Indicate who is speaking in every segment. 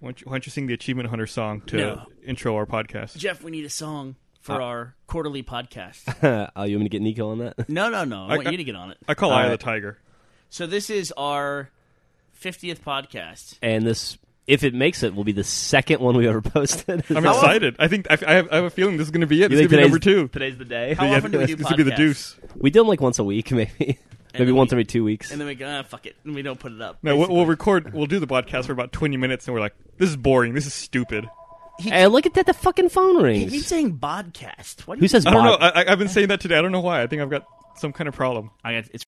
Speaker 1: Why don't, you, why don't you sing the Achievement Hunter song to
Speaker 2: No.
Speaker 1: intro our podcast?
Speaker 2: Jeff, we need a song for our quarterly podcast.
Speaker 3: oh, you want me to get Nico on that?
Speaker 2: No, no, no. I, want
Speaker 1: I-
Speaker 2: you to get on it.
Speaker 1: I call Eye of
Speaker 3: right.
Speaker 1: the Tiger.
Speaker 2: So this is our 50th podcast.
Speaker 3: And this, if it makes it, will be the second one we've ever posted.
Speaker 1: I'm excited. I think I, I, have, I have a feeling this is going to be it. This is
Speaker 3: think
Speaker 1: going to be number
Speaker 3: today's-
Speaker 1: two.
Speaker 3: Today's the day.
Speaker 2: How often do we do
Speaker 1: this is going to be the deuce.
Speaker 2: podcasts?
Speaker 3: We do them like once a week, maybe. maybe
Speaker 2: then
Speaker 3: once
Speaker 2: we-
Speaker 3: every two weeks.
Speaker 2: And then we go, ah, fuck it. And we don't put it up.
Speaker 1: No, we'll, we'll record. We'll do the podcast for about 20 minutes, and we're like, "This is boring. This is stupid."
Speaker 3: Hey, look at that! The fucking phone
Speaker 2: He keeps
Speaker 3: rings.
Speaker 2: saying podcast. What do
Speaker 3: Who
Speaker 2: you-
Speaker 3: says?
Speaker 1: I don't know.
Speaker 3: Bob?
Speaker 1: I, I- I've been saying that today. I don't know why. I think I've got some kind of problem.
Speaker 2: I got, it's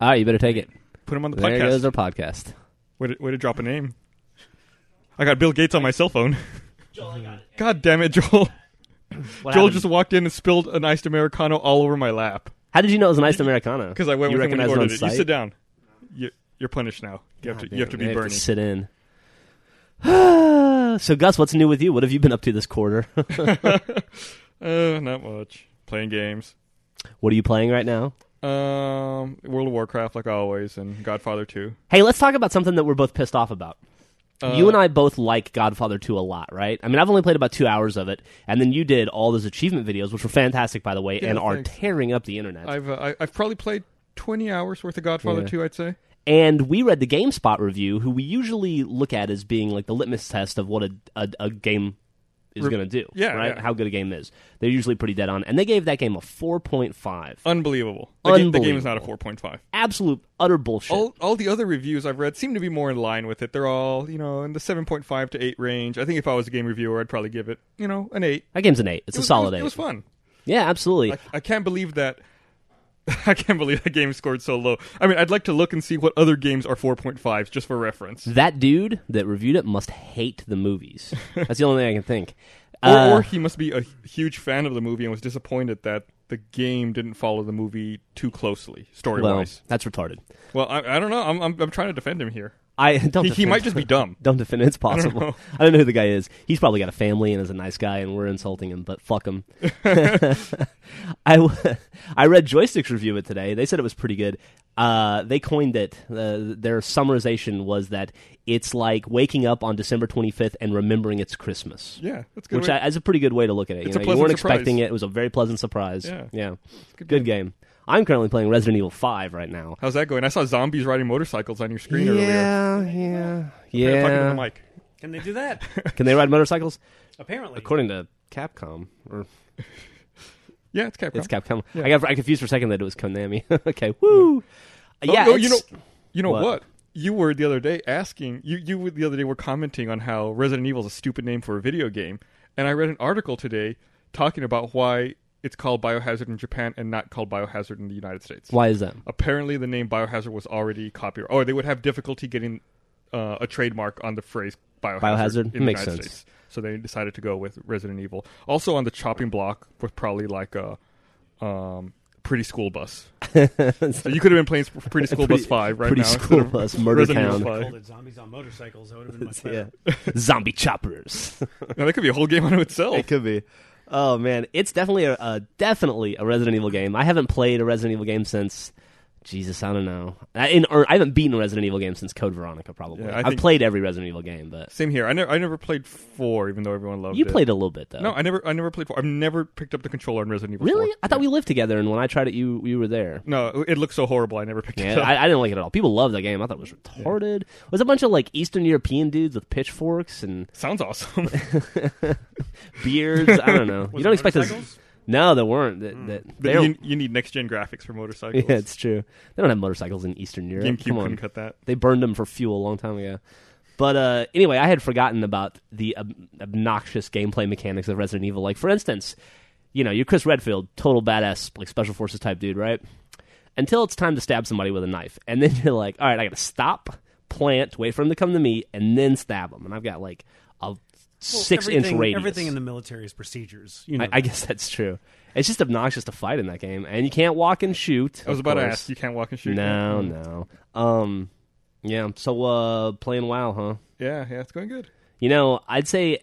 Speaker 3: All right, you better take it.
Speaker 1: Put him on the
Speaker 3: There goes
Speaker 1: podcast.
Speaker 3: our podcast.
Speaker 1: Way to, way to drop a name. I got Bill Gates on my cell phone. God damn it, Joel!
Speaker 3: What
Speaker 1: Joel
Speaker 3: happened?
Speaker 1: just walked in and spilled an iced americano all over my lap
Speaker 3: How did you know it was an iced americano?
Speaker 1: because I went
Speaker 3: you
Speaker 1: with him when
Speaker 3: recognized
Speaker 1: he
Speaker 3: on
Speaker 1: ordered it. You
Speaker 3: site?
Speaker 1: sit down. You, you're punished now. You have to. You have to
Speaker 3: I
Speaker 1: be Bernie.
Speaker 3: To sit in. so, Gus, what's new with you? What have you been up to this quarter?
Speaker 1: Uh, not much. Playing games.
Speaker 3: what are you playing right now?
Speaker 1: Um, World of Warcraft, like always, and Godfather Two.
Speaker 3: Hey, let's talk about something that we're both pissed off about.
Speaker 1: Uh.
Speaker 3: you and I both like Godfather 2 a lot, right? I mean, I've only played about two hours of it, and then you did all those achievement videos, which were fantastic, by the way, and are
Speaker 1: thanks.
Speaker 3: tearing up the internet.
Speaker 1: I've uh, I, I've probably played twenty hours worth of Godfather
Speaker 3: Yeah.
Speaker 1: Two. I'd say.
Speaker 3: and we read the GameSpot review, who we usually look at as being like the litmus test of what a, a, a game is
Speaker 1: Re-
Speaker 3: going to do,
Speaker 1: yeah,
Speaker 3: right?
Speaker 1: yeah.
Speaker 3: How good a game is. They're usually pretty dead on, and they gave that game a 4.5.
Speaker 1: Unbelievable. The, ga- the game is
Speaker 3: Unbelievable.
Speaker 1: not a four point five.
Speaker 3: Absolute, utter bullshit.
Speaker 1: All all the other reviews I've read seem to be more in line with it. They're all you know in the seven point five to eight range. I think if I was a game reviewer, I'd probably give it you know an eight.
Speaker 3: That game's an eight. It's
Speaker 1: It
Speaker 3: a
Speaker 1: was-
Speaker 3: solid
Speaker 1: It was, it was
Speaker 3: eight.
Speaker 1: fun.
Speaker 3: Yeah, absolutely.
Speaker 1: I, I can't believe that. I can't believe that game scored so low. I mean, I'd like to look and see what other games are 4.5s just for reference.
Speaker 3: that dude that reviewed it must hate the movies. That's the only thing I can think. Uh,
Speaker 1: Or, or he must be a huge fan of the movie and was disappointed that the game didn't follow the movie too closely, story
Speaker 3: well,
Speaker 1: wise.
Speaker 3: that's retarded.
Speaker 1: Well, I, I don't know. I'm, I'm, I'm trying to defend him here.
Speaker 3: I don't.
Speaker 1: He,
Speaker 3: defend,
Speaker 1: he might just be dumb.
Speaker 3: Don't defend. It's possible. I don't,
Speaker 1: know.
Speaker 3: know who the guy is. He's probably got a family and is a nice guy, and we're insulting him. But fuck him. I, w- I read Joystick's review of it today. They said it was pretty good. Uh, they coined it. Uh, their summarization was that it's like waking up on December 25th and remembering it's Christmas.
Speaker 1: Yeah, that's a good.
Speaker 3: Which
Speaker 1: way-
Speaker 3: I, is a pretty good way to look at it. You,
Speaker 1: It's a
Speaker 3: know, you
Speaker 1: pleasant
Speaker 3: weren't
Speaker 1: surprise.
Speaker 3: expecting it. It was a very pleasant surprise.
Speaker 1: Yeah.
Speaker 3: Good, game. I'm currently playing Resident Evil 5 right now.
Speaker 1: How's that going? I saw zombies riding motorcycles on your screen earlier.
Speaker 3: Yeah, yeah,
Speaker 1: They're talking to the
Speaker 3: yeah.
Speaker 1: mic.
Speaker 4: Can they do that?
Speaker 3: Can they ride motorcycles?
Speaker 4: Apparently.
Speaker 3: According to Capcom, or
Speaker 1: Yeah, it's Capcom.
Speaker 3: it's Capcom.
Speaker 1: Yeah. Hmm.
Speaker 3: I got I confused for a second that it was Konami. okay,
Speaker 1: Oh,
Speaker 3: woo. yeah,
Speaker 1: no, you know,
Speaker 3: it's-
Speaker 1: you know
Speaker 3: What?
Speaker 1: what? You were the other day asking you. You were the other day were commenting on how Resident Evil is a stupid name for a video game, and I read an article today talking about why it's called Biohazard in Japan and not called Biohazard in the United States.
Speaker 3: Why is that?
Speaker 1: Oh, Apparently, the name Biohazard was already copyright, or they would have difficulty getting uh, a trademark on the phrase Biohazard.
Speaker 3: Biohazard?
Speaker 1: in the
Speaker 3: Makes
Speaker 1: United
Speaker 3: sense.
Speaker 1: States. So they decided to go with Resident Evil. Also on the chopping block was probably like a um, Pretty School Bus. so you could have been playing Sp- Pretty School
Speaker 3: Pretty-
Speaker 1: Bus Five right
Speaker 3: Pretty
Speaker 1: now. instead
Speaker 3: School
Speaker 1: of
Speaker 3: Bus, Murder
Speaker 1: Resident Evil
Speaker 3: Town.
Speaker 1: five.
Speaker 4: Called it zombies on motorcycles. That would have been much
Speaker 3: Yeah,
Speaker 4: better.
Speaker 3: zombie choppers.
Speaker 1: Now that could be a whole game on itself.
Speaker 3: It could be. Oh man, it's definitely a, a definitely a Resident Evil game. I haven't played a Resident Evil game since Jesus, I don't know. I, in, or I haven't beaten a Resident Evil game since Code Veronica. Probably.
Speaker 1: Yeah, I
Speaker 3: I've
Speaker 1: think-
Speaker 3: played every Resident Evil game, but
Speaker 1: Same here. I never, I never played four, even though everyone loved
Speaker 3: you
Speaker 1: it.
Speaker 3: played a little bit though.
Speaker 1: No, I never, I never played four. I've never picked up the controller in Resident Evil.
Speaker 3: really?
Speaker 1: 4.
Speaker 3: I thought we lived together, and when I tried it, you you were there.
Speaker 1: No, it looked so horrible. I never picked it
Speaker 3: Yeah,
Speaker 1: up.
Speaker 3: I, I didn't like it at all. People loved the game. I thought it was retarded. It was a bunch of like Eastern European dudes with pitchforks and
Speaker 1: Sounds awesome.
Speaker 3: beards. I don't know. you
Speaker 4: Was
Speaker 3: don't
Speaker 4: it
Speaker 3: expect this.
Speaker 4: motorcycles?
Speaker 3: No, there weren't. That, that, they
Speaker 1: But you,
Speaker 3: don't-
Speaker 1: you need next gen graphics for Mm. motorcycles.
Speaker 3: yeah, it's true. They don't have motorcycles in Eastern Europe.
Speaker 1: GameCube
Speaker 3: Come on.
Speaker 1: couldn't cut that.
Speaker 3: They burned them for fuel a long time ago. But uh, anyway, I had forgotten about the ob- obnoxious gameplay mechanics of Resident Evil. Like, for instance, you know, you're Chris Redfield, total badass, like special forces type dude, right? Until it's time to stab somebody with a knife, and then you're like, all right, I got to stop, plant, wait for him to come to me, and then stab him. And I've got like a six inch
Speaker 4: everything-
Speaker 3: radius.
Speaker 4: Everything in the military is procedures. You know,
Speaker 3: I, I guess that's true. It's just obnoxious to fight in that game, and you can't walk and shoot.
Speaker 1: I was
Speaker 3: of
Speaker 1: about to
Speaker 3: course.
Speaker 1: ask. You can't walk and shoot.
Speaker 3: No,
Speaker 1: yeah.
Speaker 3: no. Um, yeah. So, uh, playing WoW, huh?
Speaker 1: Yeah, yeah, it's going good.
Speaker 3: You know, I'd say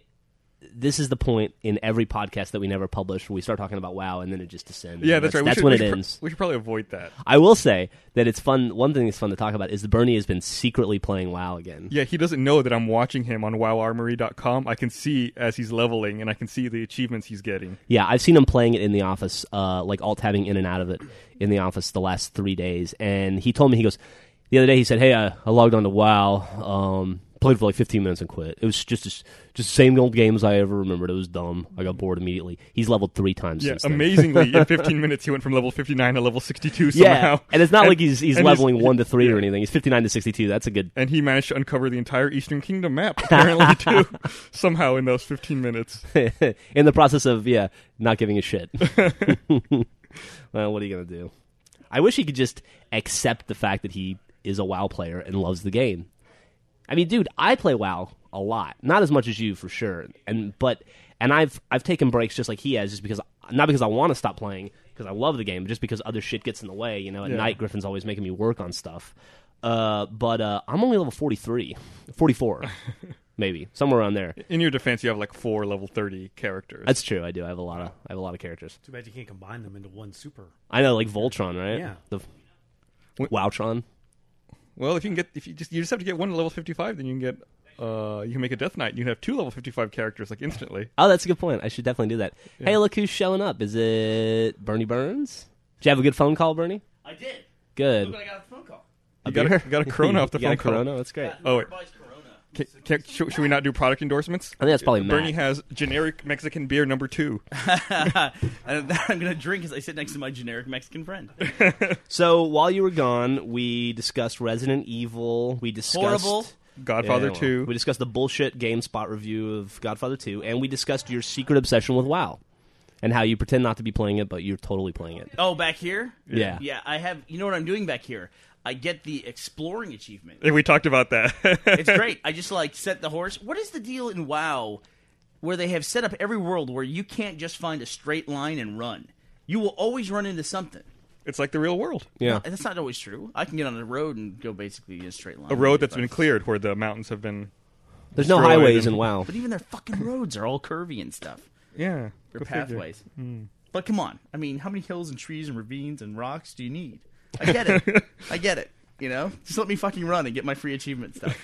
Speaker 3: this is the point in every podcast that we never publish where we start talking about WoW and then it just descends.
Speaker 1: Yeah,
Speaker 3: And
Speaker 1: that's, right. We
Speaker 3: That's
Speaker 1: should-
Speaker 3: when
Speaker 1: we
Speaker 3: it
Speaker 1: should pr-
Speaker 3: ends.
Speaker 1: we should probably avoid that.
Speaker 3: I will say that it's fun. One thing that's fun to talk about is that Bernie has been secretly playing WoW again.
Speaker 1: Yeah, he doesn't know that I'm watching him on WoWArmory.com. I can see as he's leveling, and I can see the achievements he's getting.
Speaker 3: Yeah, I've seen him playing it in the office, uh, like alt tabbing in and out of it in the office the last three days. And he told me, he goes, the other day he said, hey, I, I logged on to WoW, um, played for like 15 minutes and quit. It was just just the same old game as I ever remembered. It was dumb. I got bored immediately. He's leveled three times
Speaker 1: Yeah,
Speaker 3: since then.
Speaker 1: amazingly, in 15 minutes, he went from level 59 to level 62
Speaker 3: Yeah,
Speaker 1: somehow.
Speaker 3: and it's not like he's he's
Speaker 1: and
Speaker 3: leveling one to three
Speaker 1: yeah.
Speaker 3: or anything. He's 59 to 62. That's a good.
Speaker 1: And he managed to uncover the entire Eastern Kingdom map, apparently, too, somehow in those 15 minutes.
Speaker 3: in the process of yeah, not giving a shit. well, what are you gonna do? I wish he could just accept the fact that he is a WoW player and loves the game. I mean, dude, I play WoW a lot, not as much as you for sure, and but and I've I've taken breaks just like he has, just because not because I want to stop playing because I love the game, but just because other shit gets in the way. You know, at
Speaker 1: Yeah.
Speaker 3: night Griffin's always making me work on stuff. Uh, but uh, I'm only level 43, 44, maybe somewhere around there.
Speaker 1: In your defense, you have like four level 30 characters.
Speaker 3: That's true. I do. I have a lot of. I have a lot of characters.
Speaker 4: Too bad you can't combine them into one super.
Speaker 3: I know, like Voltron, right?
Speaker 4: Yeah.
Speaker 3: The
Speaker 1: Wh-
Speaker 3: Wowtron.
Speaker 1: well, if you can get, if you just, you just have to get one level 55, then you can get, uh, you can make a Death Knight. You can have two level 55 characters, like, instantly.
Speaker 3: Oh, that's a good point. I should definitely do that. Hey, look who's showing up. Is it Bernie Burns? Did you have a good phone call, Bernie?
Speaker 2: I did.
Speaker 3: Good.
Speaker 2: Look, I got a phone call.
Speaker 3: A
Speaker 1: You got a-
Speaker 3: beer?
Speaker 1: you got a Corona off the
Speaker 3: You got
Speaker 1: phone
Speaker 3: a
Speaker 1: call.
Speaker 3: Corona. That's great.
Speaker 1: Oh, wait.
Speaker 2: Everybody's Corona.
Speaker 1: Can, can, should, should we not do product endorsements?
Speaker 3: I think that's probably
Speaker 1: Bernie
Speaker 3: Matt.
Speaker 1: has generic Mexican beer number two.
Speaker 2: And that I'm gonna drink as I sit next to my generic Mexican friend.
Speaker 3: So while you were gone, we discussed Resident Evil. We discussed
Speaker 2: Horrible.
Speaker 1: Godfather
Speaker 3: Yeah, well,
Speaker 1: two.
Speaker 3: We discussed the bullshit GameSpot review of Godfather Two, and we discussed your secret obsession with WoW, and how you pretend not to be playing it, but you're totally playing it.
Speaker 2: Oh, back here?
Speaker 3: Yeah.
Speaker 2: Yeah, I have. You know what I'm doing back here? I get the exploring achievement.
Speaker 1: And we talked about that.
Speaker 2: It's great. I just like set the horse. What is the deal in WoW where they have set up every world where you can't just find a straight line and run? You will always run into something.
Speaker 1: it's like the real world.
Speaker 3: Yeah.
Speaker 2: And that's not always true. I can get on a road and go basically in a straight line.
Speaker 1: A road that's been cleared where the mountains have been.
Speaker 3: There's no
Speaker 1: Destroyed
Speaker 3: highways
Speaker 1: and-
Speaker 3: in WoW.
Speaker 2: But even their fucking roads are all curvy and stuff.
Speaker 1: Yeah.
Speaker 2: They're
Speaker 1: Go figure. Hmm.
Speaker 2: pathways. But come on. I mean, how many hills and trees and ravines and rocks do you need? I get it. I get it. You know? Just let me fucking run and get my free achievement stuff.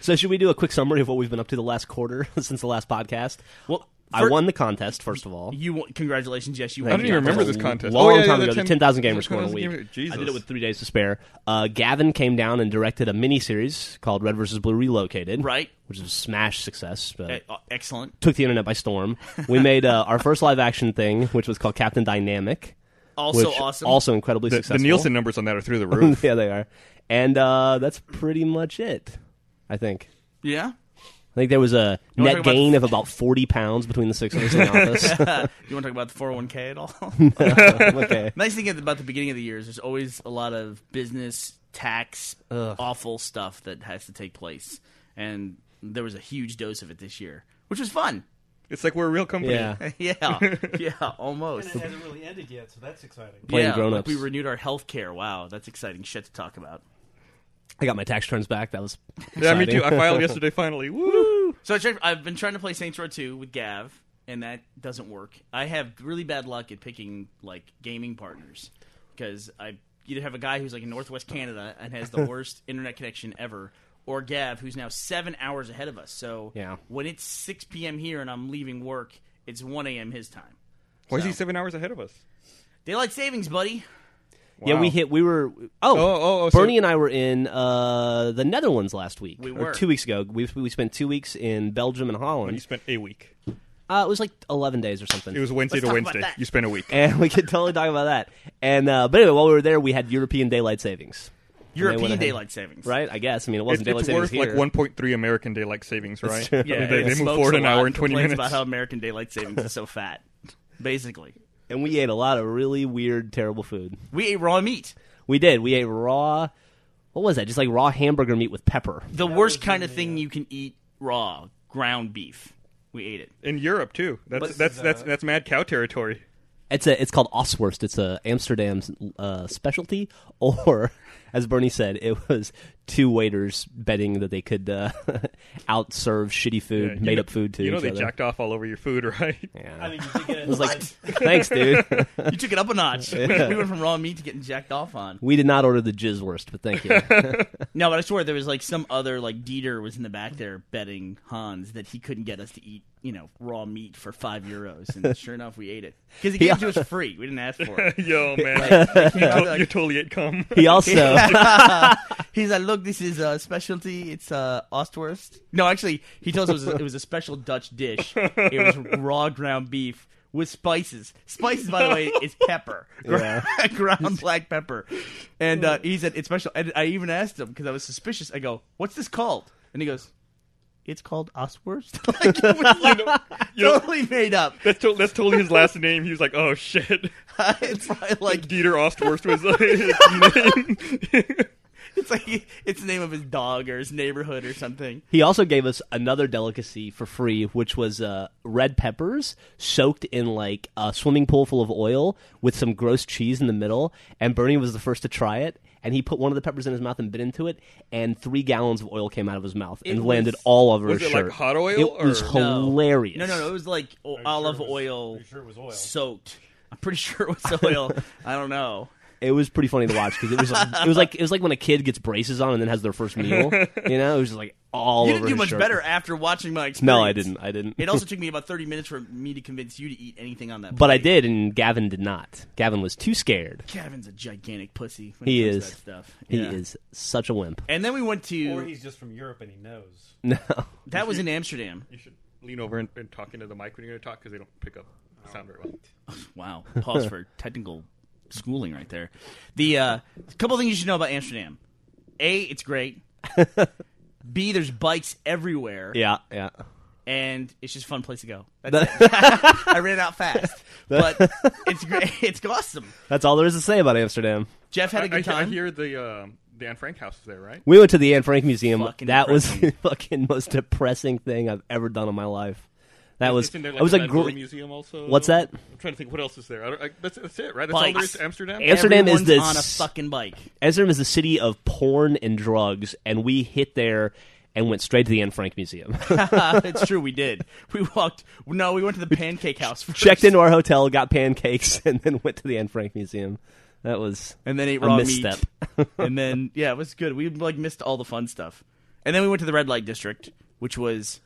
Speaker 3: So should we do a quick summary of what we've been up to the last quarter since the last podcast?
Speaker 2: Well,
Speaker 3: I
Speaker 2: fir-
Speaker 3: won the contest first of all.
Speaker 2: You won- congratulations, yes, you
Speaker 1: I
Speaker 2: won.
Speaker 1: don't
Speaker 3: Yeah,
Speaker 1: even
Speaker 3: that was
Speaker 1: remember
Speaker 3: a
Speaker 1: this contest.
Speaker 3: Long
Speaker 1: Oh, yeah,
Speaker 3: time
Speaker 1: the
Speaker 3: ago, the
Speaker 1: 10
Speaker 3: ten thousand gamer score in a
Speaker 1: 10,000
Speaker 3: week.
Speaker 1: gamer- Jesus.
Speaker 3: I did it with three days to spare. Uh, Gavin came down and directed a miniseries called Red vs. Blue Relocated,
Speaker 2: Right.
Speaker 3: Which was a smash success. But
Speaker 2: Eh, oh, Excellent.
Speaker 3: took the internet by storm. We made uh, our first live action thing, which was called Captain Dynamic.
Speaker 2: Also
Speaker 3: which
Speaker 2: awesome.
Speaker 3: Also incredibly
Speaker 1: the,
Speaker 3: successful.
Speaker 1: the Nielsen numbers on that are through the roof.
Speaker 3: yeah, they are. And uh, that's pretty much it. I think.
Speaker 2: Yeah?
Speaker 3: I think there was a
Speaker 2: wanna
Speaker 3: net
Speaker 2: talk about-
Speaker 3: gain of about forty pounds between the six of us in the office.
Speaker 2: you want to talk about the 401k at all?
Speaker 3: okay.
Speaker 2: nice thing about the beginning of the year is there's always a lot of business, tax, awful stuff that has to take place. And there was a huge dose of it this year, which was fun.
Speaker 1: It's like we're a real company.
Speaker 3: Yeah.
Speaker 2: yeah. Yeah, almost.
Speaker 4: And it hasn't really ended yet, so that's exciting.
Speaker 3: Playing
Speaker 2: yeah,
Speaker 3: grown-ups.
Speaker 2: We renewed our health care. Wow, that's exciting shit to talk about.
Speaker 3: I got my tax returns back. That was
Speaker 1: Yeah, me
Speaker 3: exciting.
Speaker 1: too. I filed yesterday finally. Woo!
Speaker 2: So I tried, I've been trying to play Saints Row 2 with Gav, and that doesn't work. I have really bad luck at picking like gaming partners because I either have a guy who's like in Northwest Canada and has the worst internet connection ever, or Gav who's now seven hours ahead of us. So
Speaker 3: Yeah.
Speaker 2: when it's 6 p.m. here and I'm leaving work, it's 1 a.m. his time.
Speaker 1: Why is he seven hours ahead of us?
Speaker 2: Daylight savings, buddy.
Speaker 3: Yeah, we
Speaker 1: Wow.
Speaker 3: hit. We were. Oh,
Speaker 1: Oh, oh, oh, so-
Speaker 3: Bernie and I were in uh, the Netherlands last week.
Speaker 2: We
Speaker 3: or
Speaker 2: were.
Speaker 3: two weeks ago. We we spent two weeks in Belgium and
Speaker 1: You
Speaker 3: Holland.
Speaker 1: spent a week.
Speaker 3: Uh, it was like eleven days or something.
Speaker 1: It was Wednesday
Speaker 2: Let's
Speaker 1: to
Speaker 2: talk about
Speaker 1: Wednesday.
Speaker 2: that.
Speaker 1: You spent a week.
Speaker 3: and we could totally talk about that. And uh, but anyway, while we were there, we had European daylight savings. went
Speaker 2: European
Speaker 3: ahead.
Speaker 2: daylight savings.
Speaker 3: Right? I guess. I mean, it
Speaker 1: It's,
Speaker 3: wasn't daylight
Speaker 1: it's
Speaker 3: savings
Speaker 1: worth
Speaker 3: here.
Speaker 1: like 1.3 American daylight savings, right?
Speaker 3: true.
Speaker 2: Yeah,
Speaker 1: they,
Speaker 2: yeah.
Speaker 1: they move
Speaker 2: Smokes
Speaker 1: forward
Speaker 2: a
Speaker 1: an
Speaker 2: lot,
Speaker 1: hour and 20
Speaker 2: complains
Speaker 1: minutes.
Speaker 2: about how American daylight savings is so fat. Basically,
Speaker 3: And we ate a lot of really weird, terrible food.
Speaker 2: we ate raw meat.
Speaker 3: We did. We ate raw. What was that? Just like raw hamburger meat with pepper.
Speaker 2: the worst kind of thing you can eat raw ground beef we ate it
Speaker 1: In Europe too. That's
Speaker 4: But-
Speaker 1: that's that's that's mad cow territory.
Speaker 3: It's a. It's called Oswurst. It's a Amsterdam's uh, specialty, or as Bernie said, it was two waiters betting that they could uh, outserve shitty
Speaker 1: Yeah,
Speaker 3: food,
Speaker 1: you
Speaker 3: made
Speaker 1: know-
Speaker 3: up food to
Speaker 1: You know
Speaker 3: each
Speaker 1: they
Speaker 3: other.
Speaker 1: jacked off all over your food, right?
Speaker 3: yeah.
Speaker 4: I mean, you did get it.
Speaker 3: it was like, thanks, dude.
Speaker 2: You took it up a notch. We- We went from raw meat to getting jacked off on.
Speaker 3: We did not order the jizz worst, but thank you.
Speaker 2: No, but I swear there was like some other like Dieter was in the back there betting Hans that he couldn't get us to eat you know raw meat for five euros, and sure enough we ate it because he gave it to us free. We didn't ask for it.
Speaker 1: Yo, man,
Speaker 2: Like, we
Speaker 1: you,
Speaker 2: came out
Speaker 1: to-
Speaker 2: there,
Speaker 1: you
Speaker 2: like,
Speaker 1: totally ate cum.
Speaker 3: He also,
Speaker 2: He's like, look, this is a specialty. It's uh, Ostwurst. No, actually, he tells us it was, it was a special Dutch dish. It was raw ground beef with spices. Spices, by the way, is pepper.
Speaker 3: Yeah.
Speaker 2: ground black pepper. And uh, he said it's special. And I even asked him because I was suspicious. I go, what's this called? And he goes, it's called Ostwurst. like, it was
Speaker 1: You know, you know,
Speaker 2: totally made up.
Speaker 1: that's, to- that's totally his last name. He was like, oh shit.
Speaker 2: it's probably like
Speaker 1: Dieter Ostwurst was his name.
Speaker 2: it's like it's the name of his dog or his neighborhood or something.
Speaker 3: he also gave us another delicacy for free, which was uh, red peppers soaked in like a swimming pool full of oil with some gross cheese in the middle. And Bernie was the first to try it, and he put one of the peppers in his mouth and bit into it, and three gallons of oil came out of his mouth and
Speaker 2: was-
Speaker 3: landed all over
Speaker 1: was
Speaker 3: his
Speaker 1: it like
Speaker 3: shirt.
Speaker 1: hot oil
Speaker 3: It was
Speaker 1: or-
Speaker 2: No.
Speaker 3: hilarious.
Speaker 2: No, no, no. It was like o- olive oil,
Speaker 4: Are you sure it was oil?
Speaker 2: soaked. I'm pretty sure it was oil. I don't know.
Speaker 3: It was pretty funny to watch because it was like, it was like it was like when a kid gets braces on and then has their first meal. You know, it was just like all
Speaker 2: you
Speaker 3: over
Speaker 2: didn't do
Speaker 3: his
Speaker 2: much
Speaker 3: shirt.
Speaker 2: better after watching my experience.
Speaker 3: No, I didn't. I didn't.
Speaker 2: It also took me about 30 minutes for me to convince you to eat anything on that.
Speaker 3: But I
Speaker 2: plate.
Speaker 3: did, and Gavin did not. Gavin was too scared.
Speaker 2: Kevin's a gigantic pussy. When
Speaker 3: He
Speaker 2: it comes
Speaker 3: is.
Speaker 2: To that stuff.
Speaker 3: He
Speaker 2: Yeah.
Speaker 3: is such a wimp.
Speaker 2: And then we went to.
Speaker 4: Or he's just from Europe and he knows.
Speaker 3: No,
Speaker 2: that was in Amsterdam.
Speaker 1: you should lean over and, and talk into the mic when you're going to talk because they don't pick up the sound very well.
Speaker 2: Wow. Pause for technical schooling right there. The uh, couple things you should know about Amsterdam. A, it's great. B, there's bikes everywhere.
Speaker 3: yeah, yeah.
Speaker 2: and it's just a fun place to go. That's it. I ran out fast, but it's great. It's awesome.
Speaker 3: That's all there is to say about Amsterdam.
Speaker 2: Jeff had a good
Speaker 1: I, I, I
Speaker 2: time.
Speaker 1: hear the um, the Anne Frank house is there, right?
Speaker 3: We went to the Anne Frank Museum.
Speaker 2: Fucking
Speaker 3: that was the
Speaker 2: depressing.
Speaker 3: fucking most depressing thing I've ever done in my life. That was.
Speaker 1: Isn't there,
Speaker 3: it was
Speaker 1: a
Speaker 3: like
Speaker 1: Van Gogh
Speaker 3: gr-
Speaker 1: museum also.
Speaker 3: What's that?
Speaker 1: I'm trying to think. What else is there? I don't, I, that's, that's it, right? That's all
Speaker 2: Bikes.
Speaker 1: there is to Amsterdam.
Speaker 3: Am- Amsterdam is
Speaker 2: Everyone's
Speaker 3: this-
Speaker 2: on a fucking bike.
Speaker 3: Amsterdam is the city of porn and drugs, and we hit there and went straight to the Anne Frank Museum.
Speaker 2: Uh, it's true. We did. We walked. No, we went to the pancake house. First,
Speaker 3: checked into our hotel, got pancakes, and then went to the Anne Frank Museum. That was
Speaker 2: and then ate
Speaker 3: a
Speaker 2: raw
Speaker 3: misstep.
Speaker 2: meat. and then yeah, it was good. We like missed all the fun stuff. And then we went to the red light district, which was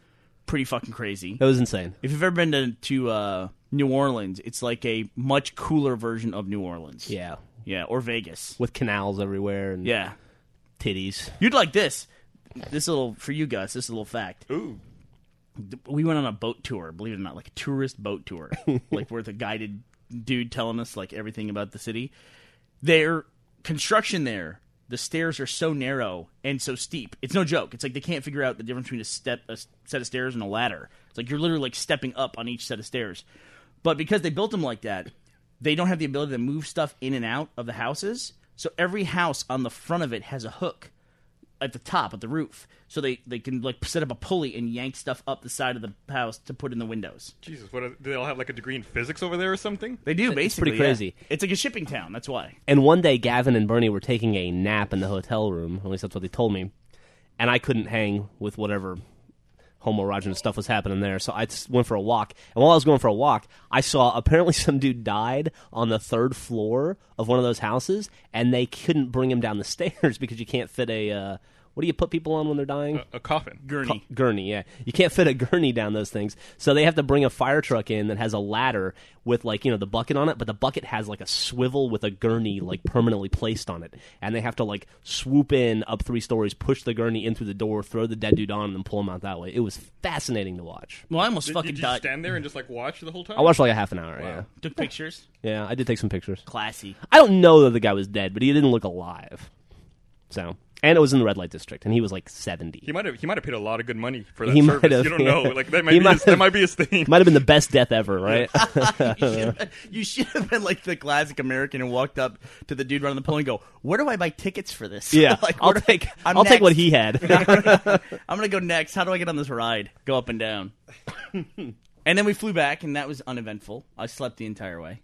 Speaker 2: pretty fucking crazy.
Speaker 3: that was insane.
Speaker 2: If you've ever been to, to uh, New Orleans, it's like a much cooler version of New Orleans.
Speaker 3: Yeah,
Speaker 2: Yeah, or Vegas.
Speaker 3: with canals everywhere and
Speaker 2: Yeah.
Speaker 3: titties.
Speaker 2: You'd like this. This little for you, Gus. This little fact.
Speaker 1: Ooh,
Speaker 2: We went on a boat tour. Believe it or not, like a tourist boat tour, like where the guided dude telling us like everything about the city. Their construction there, the stairs are so narrow and so steep. It's no joke. It's like they can't figure out the difference between a step, a set of stairs, and a ladder. It's like you're literally like stepping up on each set of stairs. But because they built them like that, they don't have the ability to move stuff in and out of the houses. So every house on the front of it has a hook at the top at the roof so they they can like set up a pulley and yank stuff up the side of the house to put in the windows
Speaker 1: Jesus! What are, do they all have like a degree in physics over there or something?
Speaker 2: they do basically
Speaker 3: pretty
Speaker 2: yeah.
Speaker 3: crazy.
Speaker 2: it's like a shipping town that's why
Speaker 3: And one day, Gavin and Bernie were taking a nap in the hotel room. At least that's what they told me. And I couldn't hang with whatever homoerogenous stuff was happening there. So I just went for a walk. And while I was going for a walk, I saw apparently some dude died on the third floor of one of those houses, and they couldn't bring him down the stairs because you can't fit a. Uh, what do you put people on when they're dying?
Speaker 1: A coffin.
Speaker 2: gurney
Speaker 3: Cu- gurney, yeah. You can't fit a gurney down those things. So they have to bring a fire truck in that has a ladder with like, you know, the bucket on it, but the bucket has like a swivel with a gurney like permanently placed on it. And they have to like swoop in up three stories, push the gurney in through the door, throw the dead dude on and then pull him out that way. It was fascinating to watch.
Speaker 2: well i almost
Speaker 1: Did,
Speaker 2: fucking
Speaker 1: did you
Speaker 2: died
Speaker 1: stand there and just like watch the whole time?
Speaker 3: I watched like a half an hour, yeah.
Speaker 2: took pictures
Speaker 3: Yeah, I did take some pictures.
Speaker 2: classy
Speaker 3: I don't know that the guy was dead, but he didn't look alive. So, and it was in the red light district and he was like 70.
Speaker 1: He might have. He might have paid a lot of good money for that
Speaker 3: He might
Speaker 1: service.
Speaker 3: have,
Speaker 1: you don't know.
Speaker 3: yeah.
Speaker 1: Like that might
Speaker 3: He
Speaker 1: be.
Speaker 3: might
Speaker 1: his, that
Speaker 3: have.
Speaker 1: might be his thing.
Speaker 3: Might have been the best death ever, right?
Speaker 2: you should- you should have been like the classic american and walked up to the dude running the pole and go where do i buy tickets for this
Speaker 3: Yeah,
Speaker 2: like
Speaker 3: I'll
Speaker 2: where do-
Speaker 3: take. i
Speaker 2: I'm
Speaker 3: will take
Speaker 2: next.
Speaker 3: what he had.
Speaker 2: i'm gonna go next how do i get on this ride go up and down and then we flew back and that was uneventful i slept the entire way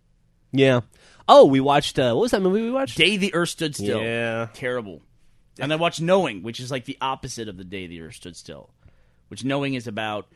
Speaker 3: Yeah. Oh, we watched. Uh, what was that movie we watched?
Speaker 2: Day the Earth Stood Still.
Speaker 3: Yeah.
Speaker 2: Terrible. And I watched Knowing, which is like the opposite of the Day the Earth Stood Still, which Knowing is about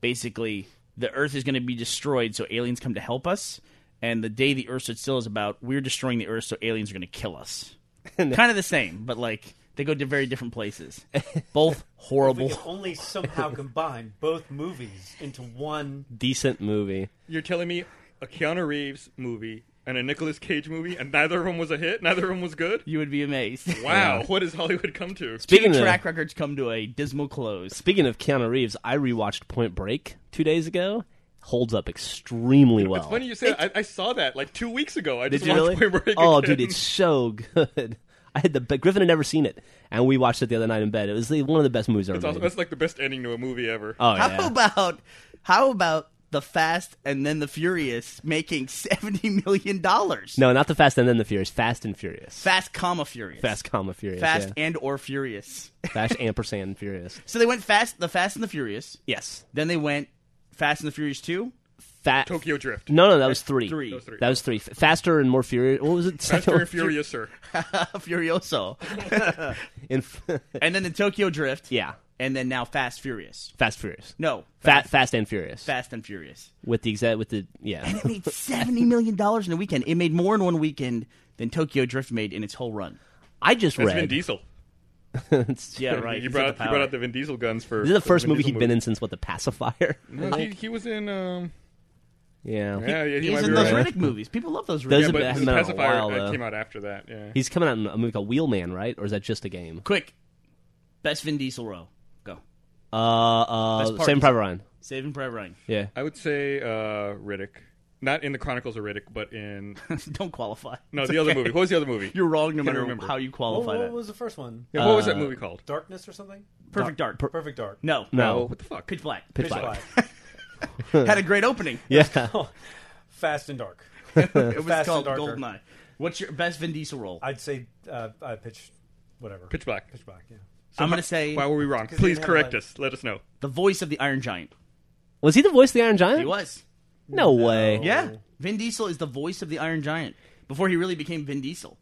Speaker 2: basically the Earth is going to be destroyed, so aliens come to help us. And the Day the Earth Stood Still is about we're destroying the Earth, so aliens are going to kill us. kind of the same, but like they go to very different places. Both
Speaker 4: We
Speaker 2: horrible.
Speaker 4: can only somehow combine both movies into one.
Speaker 3: Decent movie.
Speaker 1: You're telling me a Keanu Reeves movie and a Nicolas Cage movie, and neither of them was a hit, neither of them was good.
Speaker 2: You would be amazed.
Speaker 1: Wow, what has Hollywood come to?
Speaker 3: Speaking
Speaker 2: Two
Speaker 3: of
Speaker 2: track records come to a dismal close.
Speaker 3: speaking of Keanu Reeves, I rewatched Point Break two days ago. Holds up extremely well.
Speaker 1: It's funny you say that. I, I saw that like two weeks ago. I
Speaker 3: Did
Speaker 1: just
Speaker 3: you
Speaker 1: watched
Speaker 3: really?
Speaker 1: Point Break
Speaker 3: oh,
Speaker 1: again.
Speaker 3: dude, it's so good. I had the but Griffin had never seen it, and we watched it the other night in bed. It was the, one of the best movies I've
Speaker 1: It's
Speaker 3: ever.
Speaker 1: also,
Speaker 3: made.
Speaker 1: that's like the best ending to a movie ever.
Speaker 3: oh
Speaker 2: How
Speaker 3: yeah.
Speaker 2: about how about the Fast and then the Furious making seventy million dollars?
Speaker 3: No, not the Fast and then the Furious. Fast and Furious.
Speaker 2: Fast, comma Furious.
Speaker 3: Fast, comma Furious.
Speaker 2: Fast
Speaker 3: yeah.
Speaker 2: and or Furious.
Speaker 3: Fast ampersand Furious.
Speaker 2: So they went Fast, the Fast and the Furious.
Speaker 3: Yes.
Speaker 2: Then they went Fast and the Furious two.
Speaker 3: Fat.
Speaker 1: Tokyo Drift.
Speaker 3: No, no, that was three.
Speaker 2: Three.
Speaker 3: That
Speaker 2: That
Speaker 3: was
Speaker 2: was
Speaker 1: three.
Speaker 3: three. F- Faster and more furious. What was it?
Speaker 1: Faster and Furious, sir.
Speaker 2: uh, Furioso,
Speaker 3: In f-
Speaker 2: and then the Tokyo Drift.
Speaker 3: yeah,
Speaker 2: and then now Fast Furious.
Speaker 3: Fast Furious.
Speaker 2: No,
Speaker 3: Fat, Fast and Furious.
Speaker 2: Fast and Furious.
Speaker 3: With the exact, with the yeah.
Speaker 2: It made seventy million dollars in a weekend. It made more in one weekend than Tokyo Drift made in its whole run.
Speaker 3: I just
Speaker 1: That's Vin
Speaker 3: read.
Speaker 1: Diesel.
Speaker 3: It's-
Speaker 2: Yeah, right.
Speaker 1: You
Speaker 2: He's
Speaker 1: brought,
Speaker 2: got
Speaker 1: out,
Speaker 2: the
Speaker 1: you brought
Speaker 2: power.
Speaker 1: out the Vin Diesel guns for.
Speaker 3: This is the
Speaker 1: for
Speaker 3: first
Speaker 1: Vin
Speaker 3: movie
Speaker 1: Diesel
Speaker 3: he'd been in since what the pacifier.
Speaker 1: No, he, he was in. Um,
Speaker 3: yeah.
Speaker 1: yeah, yeah, he
Speaker 2: He's
Speaker 1: might
Speaker 2: in
Speaker 1: be
Speaker 2: those
Speaker 1: right.
Speaker 2: Riddick movies. People love those Riddick.
Speaker 3: Those
Speaker 1: Yeah, but
Speaker 3: have been
Speaker 1: the
Speaker 3: out a
Speaker 1: pacifier
Speaker 3: while,
Speaker 1: uh,
Speaker 3: though.
Speaker 1: came out after that. Yeah.
Speaker 3: He's coming out in a movie called Wheelman, right? Or is that just a game?
Speaker 2: Quick, best Vin Diesel row. Go.
Speaker 3: Uh, uh,
Speaker 2: Best
Speaker 3: Saving
Speaker 2: parts.
Speaker 3: Private Ryan.
Speaker 2: Saving Private Ryan.
Speaker 3: Yeah.
Speaker 1: I would say uh, Riddick. Not in the Chronicles of Riddick, but in
Speaker 2: Don't qualify.
Speaker 1: no the other movie. What was the other movie?
Speaker 2: You're wrong no
Speaker 1: Can't
Speaker 2: matter
Speaker 1: remember.
Speaker 2: how you
Speaker 4: What,
Speaker 2: qualify
Speaker 4: what
Speaker 2: that.
Speaker 4: was the first one?
Speaker 1: Yeah, what was
Speaker 3: uh,
Speaker 1: that movie called?
Speaker 4: Darkness or something?
Speaker 2: Perfect Dark.
Speaker 4: Perfect Dark.
Speaker 2: no.
Speaker 1: Oh,
Speaker 3: No.
Speaker 1: what the fuck?
Speaker 2: Pitch Black.
Speaker 3: Pitch
Speaker 4: Pitch
Speaker 3: Black.
Speaker 4: Black.
Speaker 2: Had a great opening.
Speaker 3: Yeah.
Speaker 4: Fast and Dark.
Speaker 2: it was
Speaker 4: Fast and
Speaker 2: called
Speaker 4: darker.
Speaker 2: Goldeneye. What's your best Vin Diesel role?
Speaker 4: I'd say uh, I pitch whatever.
Speaker 1: Pitch Black.
Speaker 4: Pitch Black. Yeah.
Speaker 2: I'm going to say
Speaker 1: Why were we wrong?
Speaker 4: 'Cause they
Speaker 1: Please
Speaker 4: didn't have
Speaker 1: correct
Speaker 4: a-
Speaker 1: us. Let us know.
Speaker 2: the voice of the Iron Giant.
Speaker 3: Was he the voice of the Iron Giant?
Speaker 2: He was.
Speaker 3: No, way.
Speaker 2: Yeah. Vin Diesel is the voice of the Iron Giant before he really became Vin Diesel.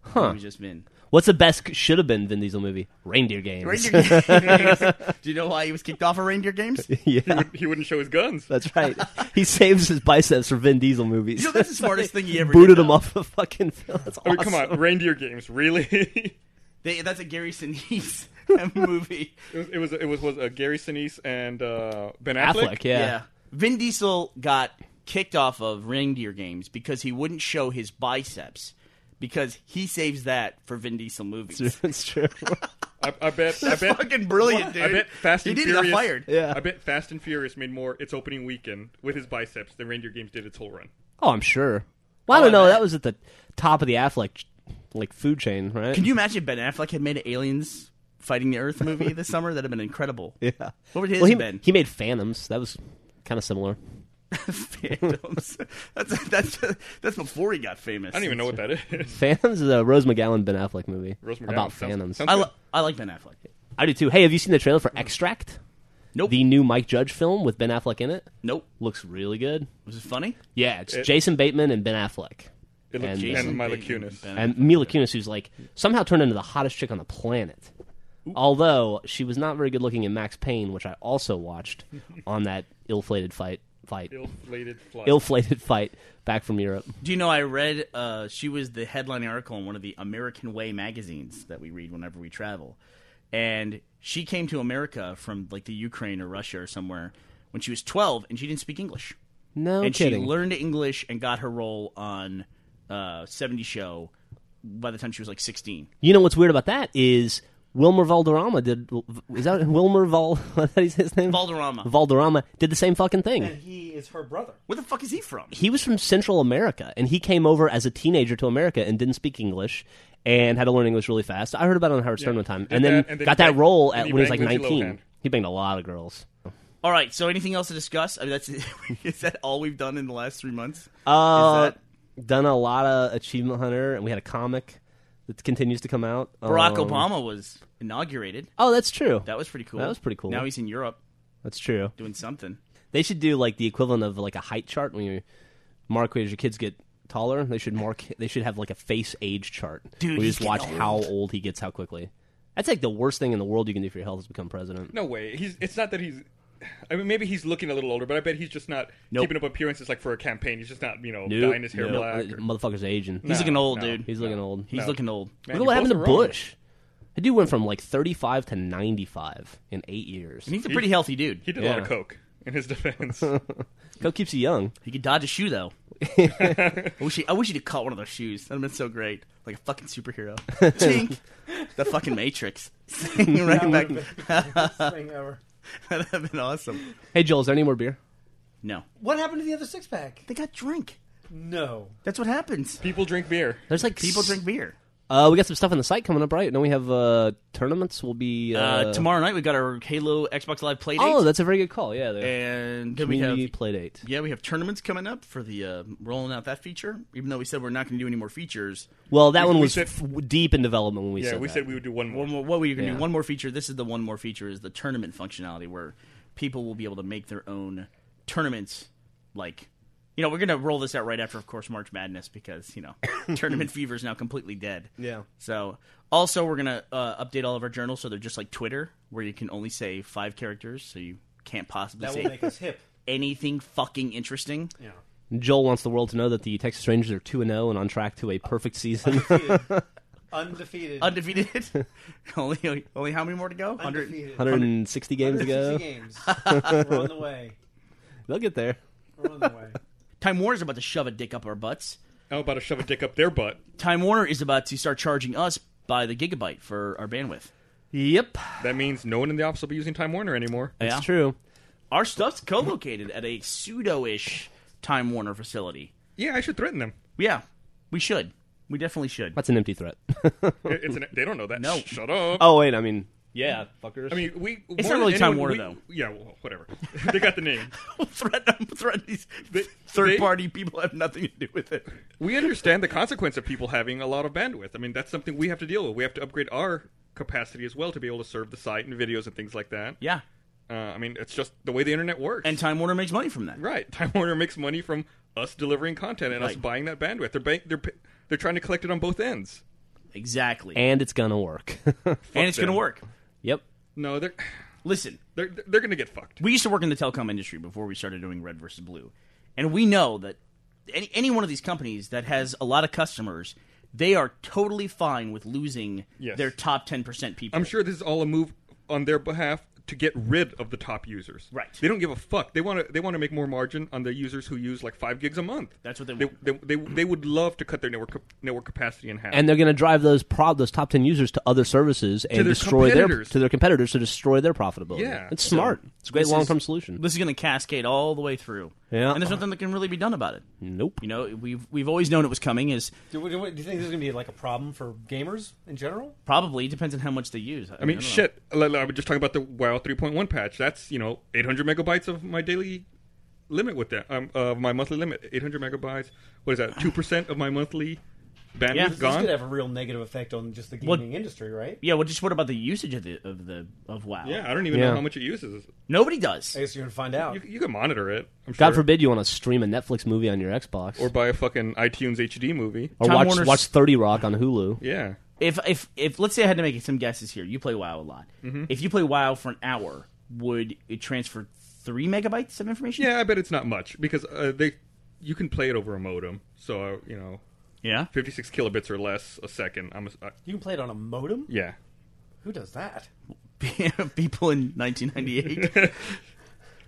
Speaker 2: Huh. He was just Vin.
Speaker 3: What's the best should have been Vin Diesel movie? Reindeer Games.
Speaker 2: Reindeer Games. Do you know why he was kicked off of Reindeer Games?
Speaker 1: He,
Speaker 3: yeah.
Speaker 1: would, he wouldn't show his guns.
Speaker 3: That's right. he saves his biceps for Vin Diesel movies.
Speaker 2: You know, that's the smartest thing he ever
Speaker 3: Booted
Speaker 2: did,
Speaker 3: him
Speaker 2: though.
Speaker 3: off a fucking film. That's
Speaker 1: I
Speaker 3: awesome.
Speaker 1: mean, come on, reindeer games. Really? it
Speaker 2: They, that's a Gary Sinise movie.
Speaker 1: was it was, it was, was uh, Gary Sinise and uh, Ben Affleck.
Speaker 3: Affleck, yeah.
Speaker 2: Yeah. Vin Diesel got kicked off of Reindeer Games because he wouldn't show his biceps because he saves that for Vin Diesel movies.
Speaker 3: It's true.
Speaker 1: I, I bet. I bet.
Speaker 2: Fucking brilliant, dude.
Speaker 1: I bet Fast
Speaker 2: he
Speaker 1: and
Speaker 2: did
Speaker 1: Furious.
Speaker 2: get fired.
Speaker 3: Yeah.
Speaker 1: I bet Fast and Furious made more its opening weekend with his biceps than Reindeer Games did its whole run.
Speaker 3: Oh, I'm sure. Well, I don't
Speaker 2: Oh, I
Speaker 3: know.
Speaker 2: bet.
Speaker 3: That was at the top of the Affleck like food chain, right?
Speaker 2: Can you imagine if Ben Affleck had made an Aliens Fighting the Earth movie this summer? That'd have been incredible.
Speaker 3: yeah.
Speaker 2: What would his
Speaker 3: well, he,
Speaker 2: have been?
Speaker 3: he made Phantoms. That was kind of similar.
Speaker 2: Phantoms. that's that's that's before he got famous.
Speaker 1: I don't even know what that is.
Speaker 3: Phantoms is a Rose McGowan Ben Affleck movie
Speaker 1: Rose McGowan
Speaker 3: about
Speaker 1: sounds-
Speaker 3: Phantoms.
Speaker 1: sounds-
Speaker 2: I, li- I like Ben Affleck.
Speaker 3: I do too. Hey, have you seen the trailer for Extract?
Speaker 2: Nope.
Speaker 3: The new Mike Judge film with Ben Affleck in it
Speaker 2: Nope.
Speaker 3: looks really good.
Speaker 2: Was it funny?
Speaker 3: Yeah, it's
Speaker 1: It- Jason
Speaker 3: Jason Bateman and Ben Affleck.
Speaker 1: It looked,
Speaker 3: And-
Speaker 1: and,
Speaker 2: Jason
Speaker 1: Mila
Speaker 2: Bateman,
Speaker 1: Kunis.
Speaker 2: Ben
Speaker 3: and Mila Kunis, who's like somehow turned into the hottest chick on the planet. Although she was not very good looking in Max Payne, which I also watched on that ill-flated fight, fight,
Speaker 1: Ill-flated fly.
Speaker 3: ill-flated fight back from Europe.
Speaker 2: Do you know I read uh, she was the headline article in one of the American Way magazines that we read whenever we travel. And she came to America from like the Ukraine or Russia or somewhere when she was 12 and she didn't speak English.
Speaker 3: No
Speaker 2: and
Speaker 3: kidding.
Speaker 2: she learned English and got her role on uh 70 show by the time she was like 16.
Speaker 3: you know what's weird about that is Wilmer Valderrama did. Is that Wilmer Val? What is his name?
Speaker 2: Valderrama.
Speaker 3: Valderrama did the same fucking
Speaker 4: And
Speaker 3: thing.
Speaker 4: he is her brother.
Speaker 2: Where the fuck is he from?
Speaker 3: He was from Central America, and he came over as a teenager to America and didn't speak English. And had to learn English really fast. I heard about it on Howard Stern one time,
Speaker 1: Did
Speaker 3: and then,
Speaker 1: that, and then he
Speaker 3: got that
Speaker 1: banged-
Speaker 3: role
Speaker 1: and
Speaker 3: at
Speaker 1: he
Speaker 3: when he was like
Speaker 1: banged Lindsay
Speaker 3: nineteen.
Speaker 1: Lohan.
Speaker 3: He banged a lot of girls.
Speaker 2: All right, so anything else to discuss? I mean, that's is that all we've done in the last 3 months?
Speaker 3: Uh,
Speaker 2: Is
Speaker 3: done a lot of Achievement Hunter, and we had a comic that continues to come out.
Speaker 2: Barack
Speaker 3: Um,
Speaker 2: Obama was inaugurated.
Speaker 3: Oh, that's true.
Speaker 2: That was pretty cool.
Speaker 3: That was pretty cool.
Speaker 2: Now he's in Europe
Speaker 3: That's true.
Speaker 2: doing something.
Speaker 3: They should do like the equivalent of like a height chart when you mark where your kids get taller, they should mark. They should have like a face age chart.
Speaker 2: Dude,
Speaker 3: we
Speaker 2: he's
Speaker 3: just watch
Speaker 2: getting
Speaker 3: how
Speaker 2: old.
Speaker 3: old he gets, how quickly. That's like the worst thing in the world you can do for your health is become president.
Speaker 1: No way. He's. It's not that he's. I mean, maybe he's looking a little older, but I bet he's just not
Speaker 2: Nope.
Speaker 1: keeping up appearances like for a campaign. He's just not, you know,
Speaker 3: Nope,
Speaker 1: dyeing his hair
Speaker 3: nope.
Speaker 1: black.
Speaker 3: Uh,
Speaker 1: or-
Speaker 3: Motherfucker's aging.
Speaker 1: No,
Speaker 2: He's looking old,
Speaker 1: no.
Speaker 2: dude.
Speaker 3: He's looking old.
Speaker 2: He's
Speaker 1: No.
Speaker 2: looking old.
Speaker 1: Man,
Speaker 3: Look at
Speaker 1: you
Speaker 3: what happened to
Speaker 1: both are wrong.
Speaker 3: Bush. That dude went from like 35 to 95 in eight years.
Speaker 2: And he's a pretty healthy dude.
Speaker 1: He did a lot of
Speaker 3: Yeah.
Speaker 1: coke in his defense.
Speaker 3: Go keeps you young.
Speaker 2: He could dodge a shoe though. I wish he, I wish he'd have caught one of those shoes. That'd have been so great, like a fucking superhero. Tink, the fucking Matrix. right back.
Speaker 4: Best thing ever.
Speaker 2: That'd have been awesome.
Speaker 3: Hey Joel, is there any more beer?
Speaker 2: No,
Speaker 4: What happened to the other six pack?
Speaker 2: they got drink.
Speaker 4: No.
Speaker 2: That's what happens.
Speaker 1: People drink beer.
Speaker 3: There's like
Speaker 2: People
Speaker 3: s-
Speaker 2: drink beer.
Speaker 3: Uh, we got some stuff on the site coming up, right? Now we have uh, tournaments. We'll be uh,
Speaker 2: Uh, tomorrow night we got our Halo Xbox Live play date.
Speaker 3: Oh, that's a very good call. Yeah, the
Speaker 2: and then we have
Speaker 3: community play date.
Speaker 2: yeah we have tournaments coming up for the uh, rolling out that feature. Even though we said we're not going to do any more features,
Speaker 3: Well, that
Speaker 1: We-
Speaker 3: one
Speaker 1: we
Speaker 3: was
Speaker 1: said-
Speaker 3: f- deep in development when we
Speaker 1: Yeah,
Speaker 3: said
Speaker 1: we
Speaker 3: that.
Speaker 1: said we would do one more.
Speaker 2: one more, what we're going to
Speaker 3: Yeah.
Speaker 2: do one more feature. This is the one more feature is the tournament functionality where people will be able to make their own tournaments. Like, you know, we're going to roll this out right after, of course, March Madness because you know tournament fever is now completely dead.
Speaker 3: Yeah.
Speaker 2: So also we're going to uh, update all of our journals so they're just like Twitter where you can only say five characters, so you can't possibly
Speaker 4: That
Speaker 2: say
Speaker 4: will make us hip.
Speaker 2: anything fucking interesting.
Speaker 4: Yeah.
Speaker 3: Joel wants the world to know that the Texas Rangers are two and zero and on track to a perfect season.
Speaker 4: Undefeated. Undefeated.
Speaker 2: Undefeated. only only how many more to go? 100.
Speaker 4: Undefeated.
Speaker 3: 160 games
Speaker 4: 160
Speaker 3: ago,
Speaker 4: games. We're on the way.
Speaker 3: they'll get there.
Speaker 4: We're on the way.
Speaker 2: Time Warner's about to shove a dick up our butts.
Speaker 1: I'm about to shove a dick up their butt.
Speaker 2: Time Warner is about to start charging us by the gigabyte for our bandwidth.
Speaker 3: Yep,
Speaker 1: That means no one in the office will be using Time Warner anymore.
Speaker 3: that's
Speaker 2: Yeah.
Speaker 3: true.
Speaker 2: Our stuff's co-located at a pseudo-ish Time Warner facility.
Speaker 1: Yeah, I should threaten them.
Speaker 2: Yeah, we should. We definitely should.
Speaker 3: That's an empty threat.
Speaker 1: It- It's an, they don't know that.
Speaker 2: No.
Speaker 1: Sh- Shut up.
Speaker 3: oh wait, I mean, yeah, fuckers.
Speaker 1: I mean, we.
Speaker 2: It's
Speaker 1: more
Speaker 2: not really
Speaker 1: than
Speaker 2: Time
Speaker 1: anyone,
Speaker 2: Warner,
Speaker 1: we-
Speaker 2: though.
Speaker 1: Yeah, well, whatever. they got the name.
Speaker 2: threaten, threaten these
Speaker 1: They-
Speaker 2: third-party people have nothing to do with it.
Speaker 1: We understand the consequence of people having a lot of bandwidth. I mean, that's something we have to deal with. We have to upgrade our capacity as well to be able to serve the site and videos and things like that.
Speaker 2: Yeah,
Speaker 1: Uh, I mean, it's just the way the internet works.
Speaker 2: and Time Warner makes money from that.
Speaker 1: right, Time Warner makes money from us delivering content and us
Speaker 2: Right.
Speaker 1: buying that bandwidth. They're ba- they're p- they're trying to collect it on both ends.
Speaker 2: Exactly, and,
Speaker 3: and it's gonna work.
Speaker 2: it's going to
Speaker 1: them.
Speaker 2: work.
Speaker 3: yep.
Speaker 1: No, they're
Speaker 2: Listen,
Speaker 1: they're they're going to get fucked.
Speaker 2: we used to work in the telecom industry before we started doing red versus blue and we know that any, any one of these companies that has a lot of customers they are totally fine with losing
Speaker 1: Yes.
Speaker 2: their top 10% people
Speaker 1: I'm sure this is all a move on their behalf to get rid of the top users.
Speaker 2: Right.
Speaker 1: They don't give a fuck. They want to. They want to make more margin on the users who use like five gigs a month.
Speaker 2: That's what they want.
Speaker 1: They, they, they would love to cut their network cap- network capacity in half.
Speaker 3: and they're going to drive those prob those top 10 users to other services and
Speaker 1: their
Speaker 3: destroy their
Speaker 1: competitors.
Speaker 3: to their competitors to destroy their profitability.
Speaker 1: Yeah.
Speaker 3: It's
Speaker 1: So,
Speaker 3: smart. It's a great
Speaker 2: this is-
Speaker 3: long-term solution.
Speaker 2: this is going to cascade all the way through
Speaker 3: Yeah.
Speaker 2: and there's nothing that can really be done about it
Speaker 1: Mm.
Speaker 3: Nope.
Speaker 2: you know we've we've always known it was coming is
Speaker 4: Do, we- do, we- do you think this is going to be like a problem for gamers in general?
Speaker 2: probably depends on how much they use
Speaker 1: I mean,
Speaker 2: don't know.
Speaker 1: shit. Like, I was just talking about the WoW 3.1 patch. That's you know 800 megabytes of my daily limit with that. Um, of my monthly limit, 800 megabytes. What is that? Two percent of my monthly bandwidth
Speaker 2: Yeah.
Speaker 4: This
Speaker 1: gone.
Speaker 4: could have a real negative effect on just the gaming
Speaker 2: Well-
Speaker 4: industry, right?
Speaker 2: yeah well just what about the usage of the of the of wow
Speaker 1: Yeah, I don't even
Speaker 3: Yeah.
Speaker 1: know how much it uses.
Speaker 2: nobody does
Speaker 4: I guess you're going to find out.
Speaker 1: You, you can monitor it. I'm
Speaker 3: God
Speaker 1: sure.
Speaker 3: forbid you want to stream a Netflix movie on your Xbox
Speaker 1: Or
Speaker 3: or,
Speaker 1: buy a fucking iTunes HD movie.
Speaker 2: Time
Speaker 3: watch
Speaker 2: Warner's-
Speaker 3: watch 30 Rock on Hulu.
Speaker 1: Yeah.
Speaker 2: if if if let's say I had to make some guesses here, you play WoW a lot. If you play WoW for an hour, would it transfer three megabytes of information?
Speaker 1: Yeah, I bet it's not much because uh, they you can play it over a modem, so uh, you know,
Speaker 2: yeah.
Speaker 1: 56 kilobits or less a second. I'm a, uh,
Speaker 4: You can play it on a modem?
Speaker 1: yeah.
Speaker 4: Who does that?
Speaker 2: People in 1998,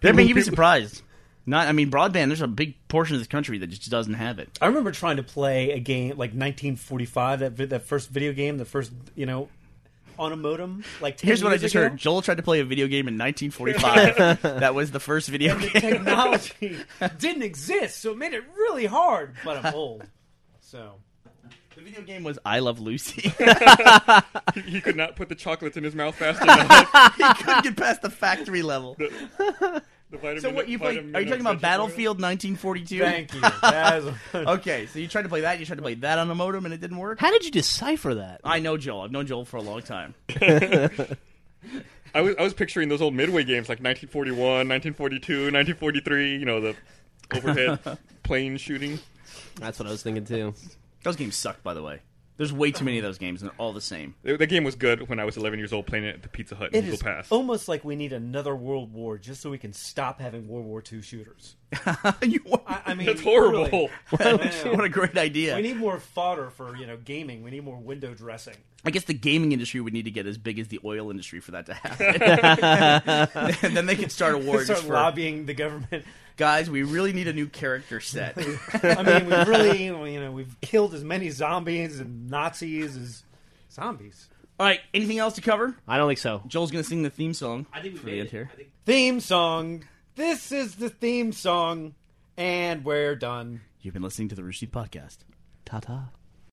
Speaker 2: they're being you'd be
Speaker 1: people-
Speaker 2: surprised. Not, I mean, broadband. There's a big portion of this country that just doesn't have it.
Speaker 4: I remember trying to play a game like 1945, that vi- that first video game, the first you know, on a modem. Like 10
Speaker 2: Here's what I
Speaker 4: years
Speaker 2: just
Speaker 4: ago.
Speaker 2: heard: Joel tried to play a video game in 1945. that was the first video
Speaker 4: The
Speaker 2: game.
Speaker 4: technology didn't exist, so it made it really hard. But I'm old, so
Speaker 2: The video game was I Love Lucy.
Speaker 1: He could not put the chocolates in his mouth fast enough.
Speaker 2: I couldn't get past the factory level.
Speaker 1: The vitamin,
Speaker 2: So what you play?
Speaker 1: vitamin
Speaker 2: Are you talking about
Speaker 1: vegetable-
Speaker 2: Battlefield 1942?
Speaker 4: thank you. That is-
Speaker 2: Okay, so you tried to play that, you tried to play that on a modem, and it didn't work.
Speaker 3: How did you decipher that?
Speaker 2: I know Joel. I've known Joel for a long time.
Speaker 1: I was, I was picturing those old Midway games like 1941, 1942, 1943, you know, the overhead plane shooting.
Speaker 3: That's what I was thinking too.
Speaker 2: Those games suck, by the way. There's way too many of those games, and they're all the same.
Speaker 1: It- That game was good when I was 11 years old playing it at the Pizza Hut in
Speaker 4: It
Speaker 1: Eagle
Speaker 4: is
Speaker 2: Oh,
Speaker 1: Pass.
Speaker 4: almost like we need another world war just so we can stop having World War II shooters.
Speaker 2: you
Speaker 4: I,
Speaker 2: what
Speaker 4: I mean,
Speaker 1: That's horrible.
Speaker 4: really.
Speaker 2: a great idea.
Speaker 4: We need more fodder for you know gaming. We need more window dressing.
Speaker 2: I guess the gaming industry would need to get as big as the oil industry for that to happen. and then they could start awards
Speaker 4: Start
Speaker 2: for
Speaker 4: lobbying the government.
Speaker 2: guys. We really need a new character set.
Speaker 4: I mean, we really you know we've killed as many zombies and Nazis as zombies.
Speaker 2: all right, anything else to cover?
Speaker 3: I don't think so.
Speaker 2: Joel's gonna sing the theme song.
Speaker 5: I think we
Speaker 2: for
Speaker 5: made
Speaker 2: the
Speaker 5: it.
Speaker 2: end here.
Speaker 5: I think
Speaker 4: Theme song. This is the theme song, and we're done.
Speaker 2: You've been listening to the Rooster Teeth podcast.
Speaker 3: Ta ta.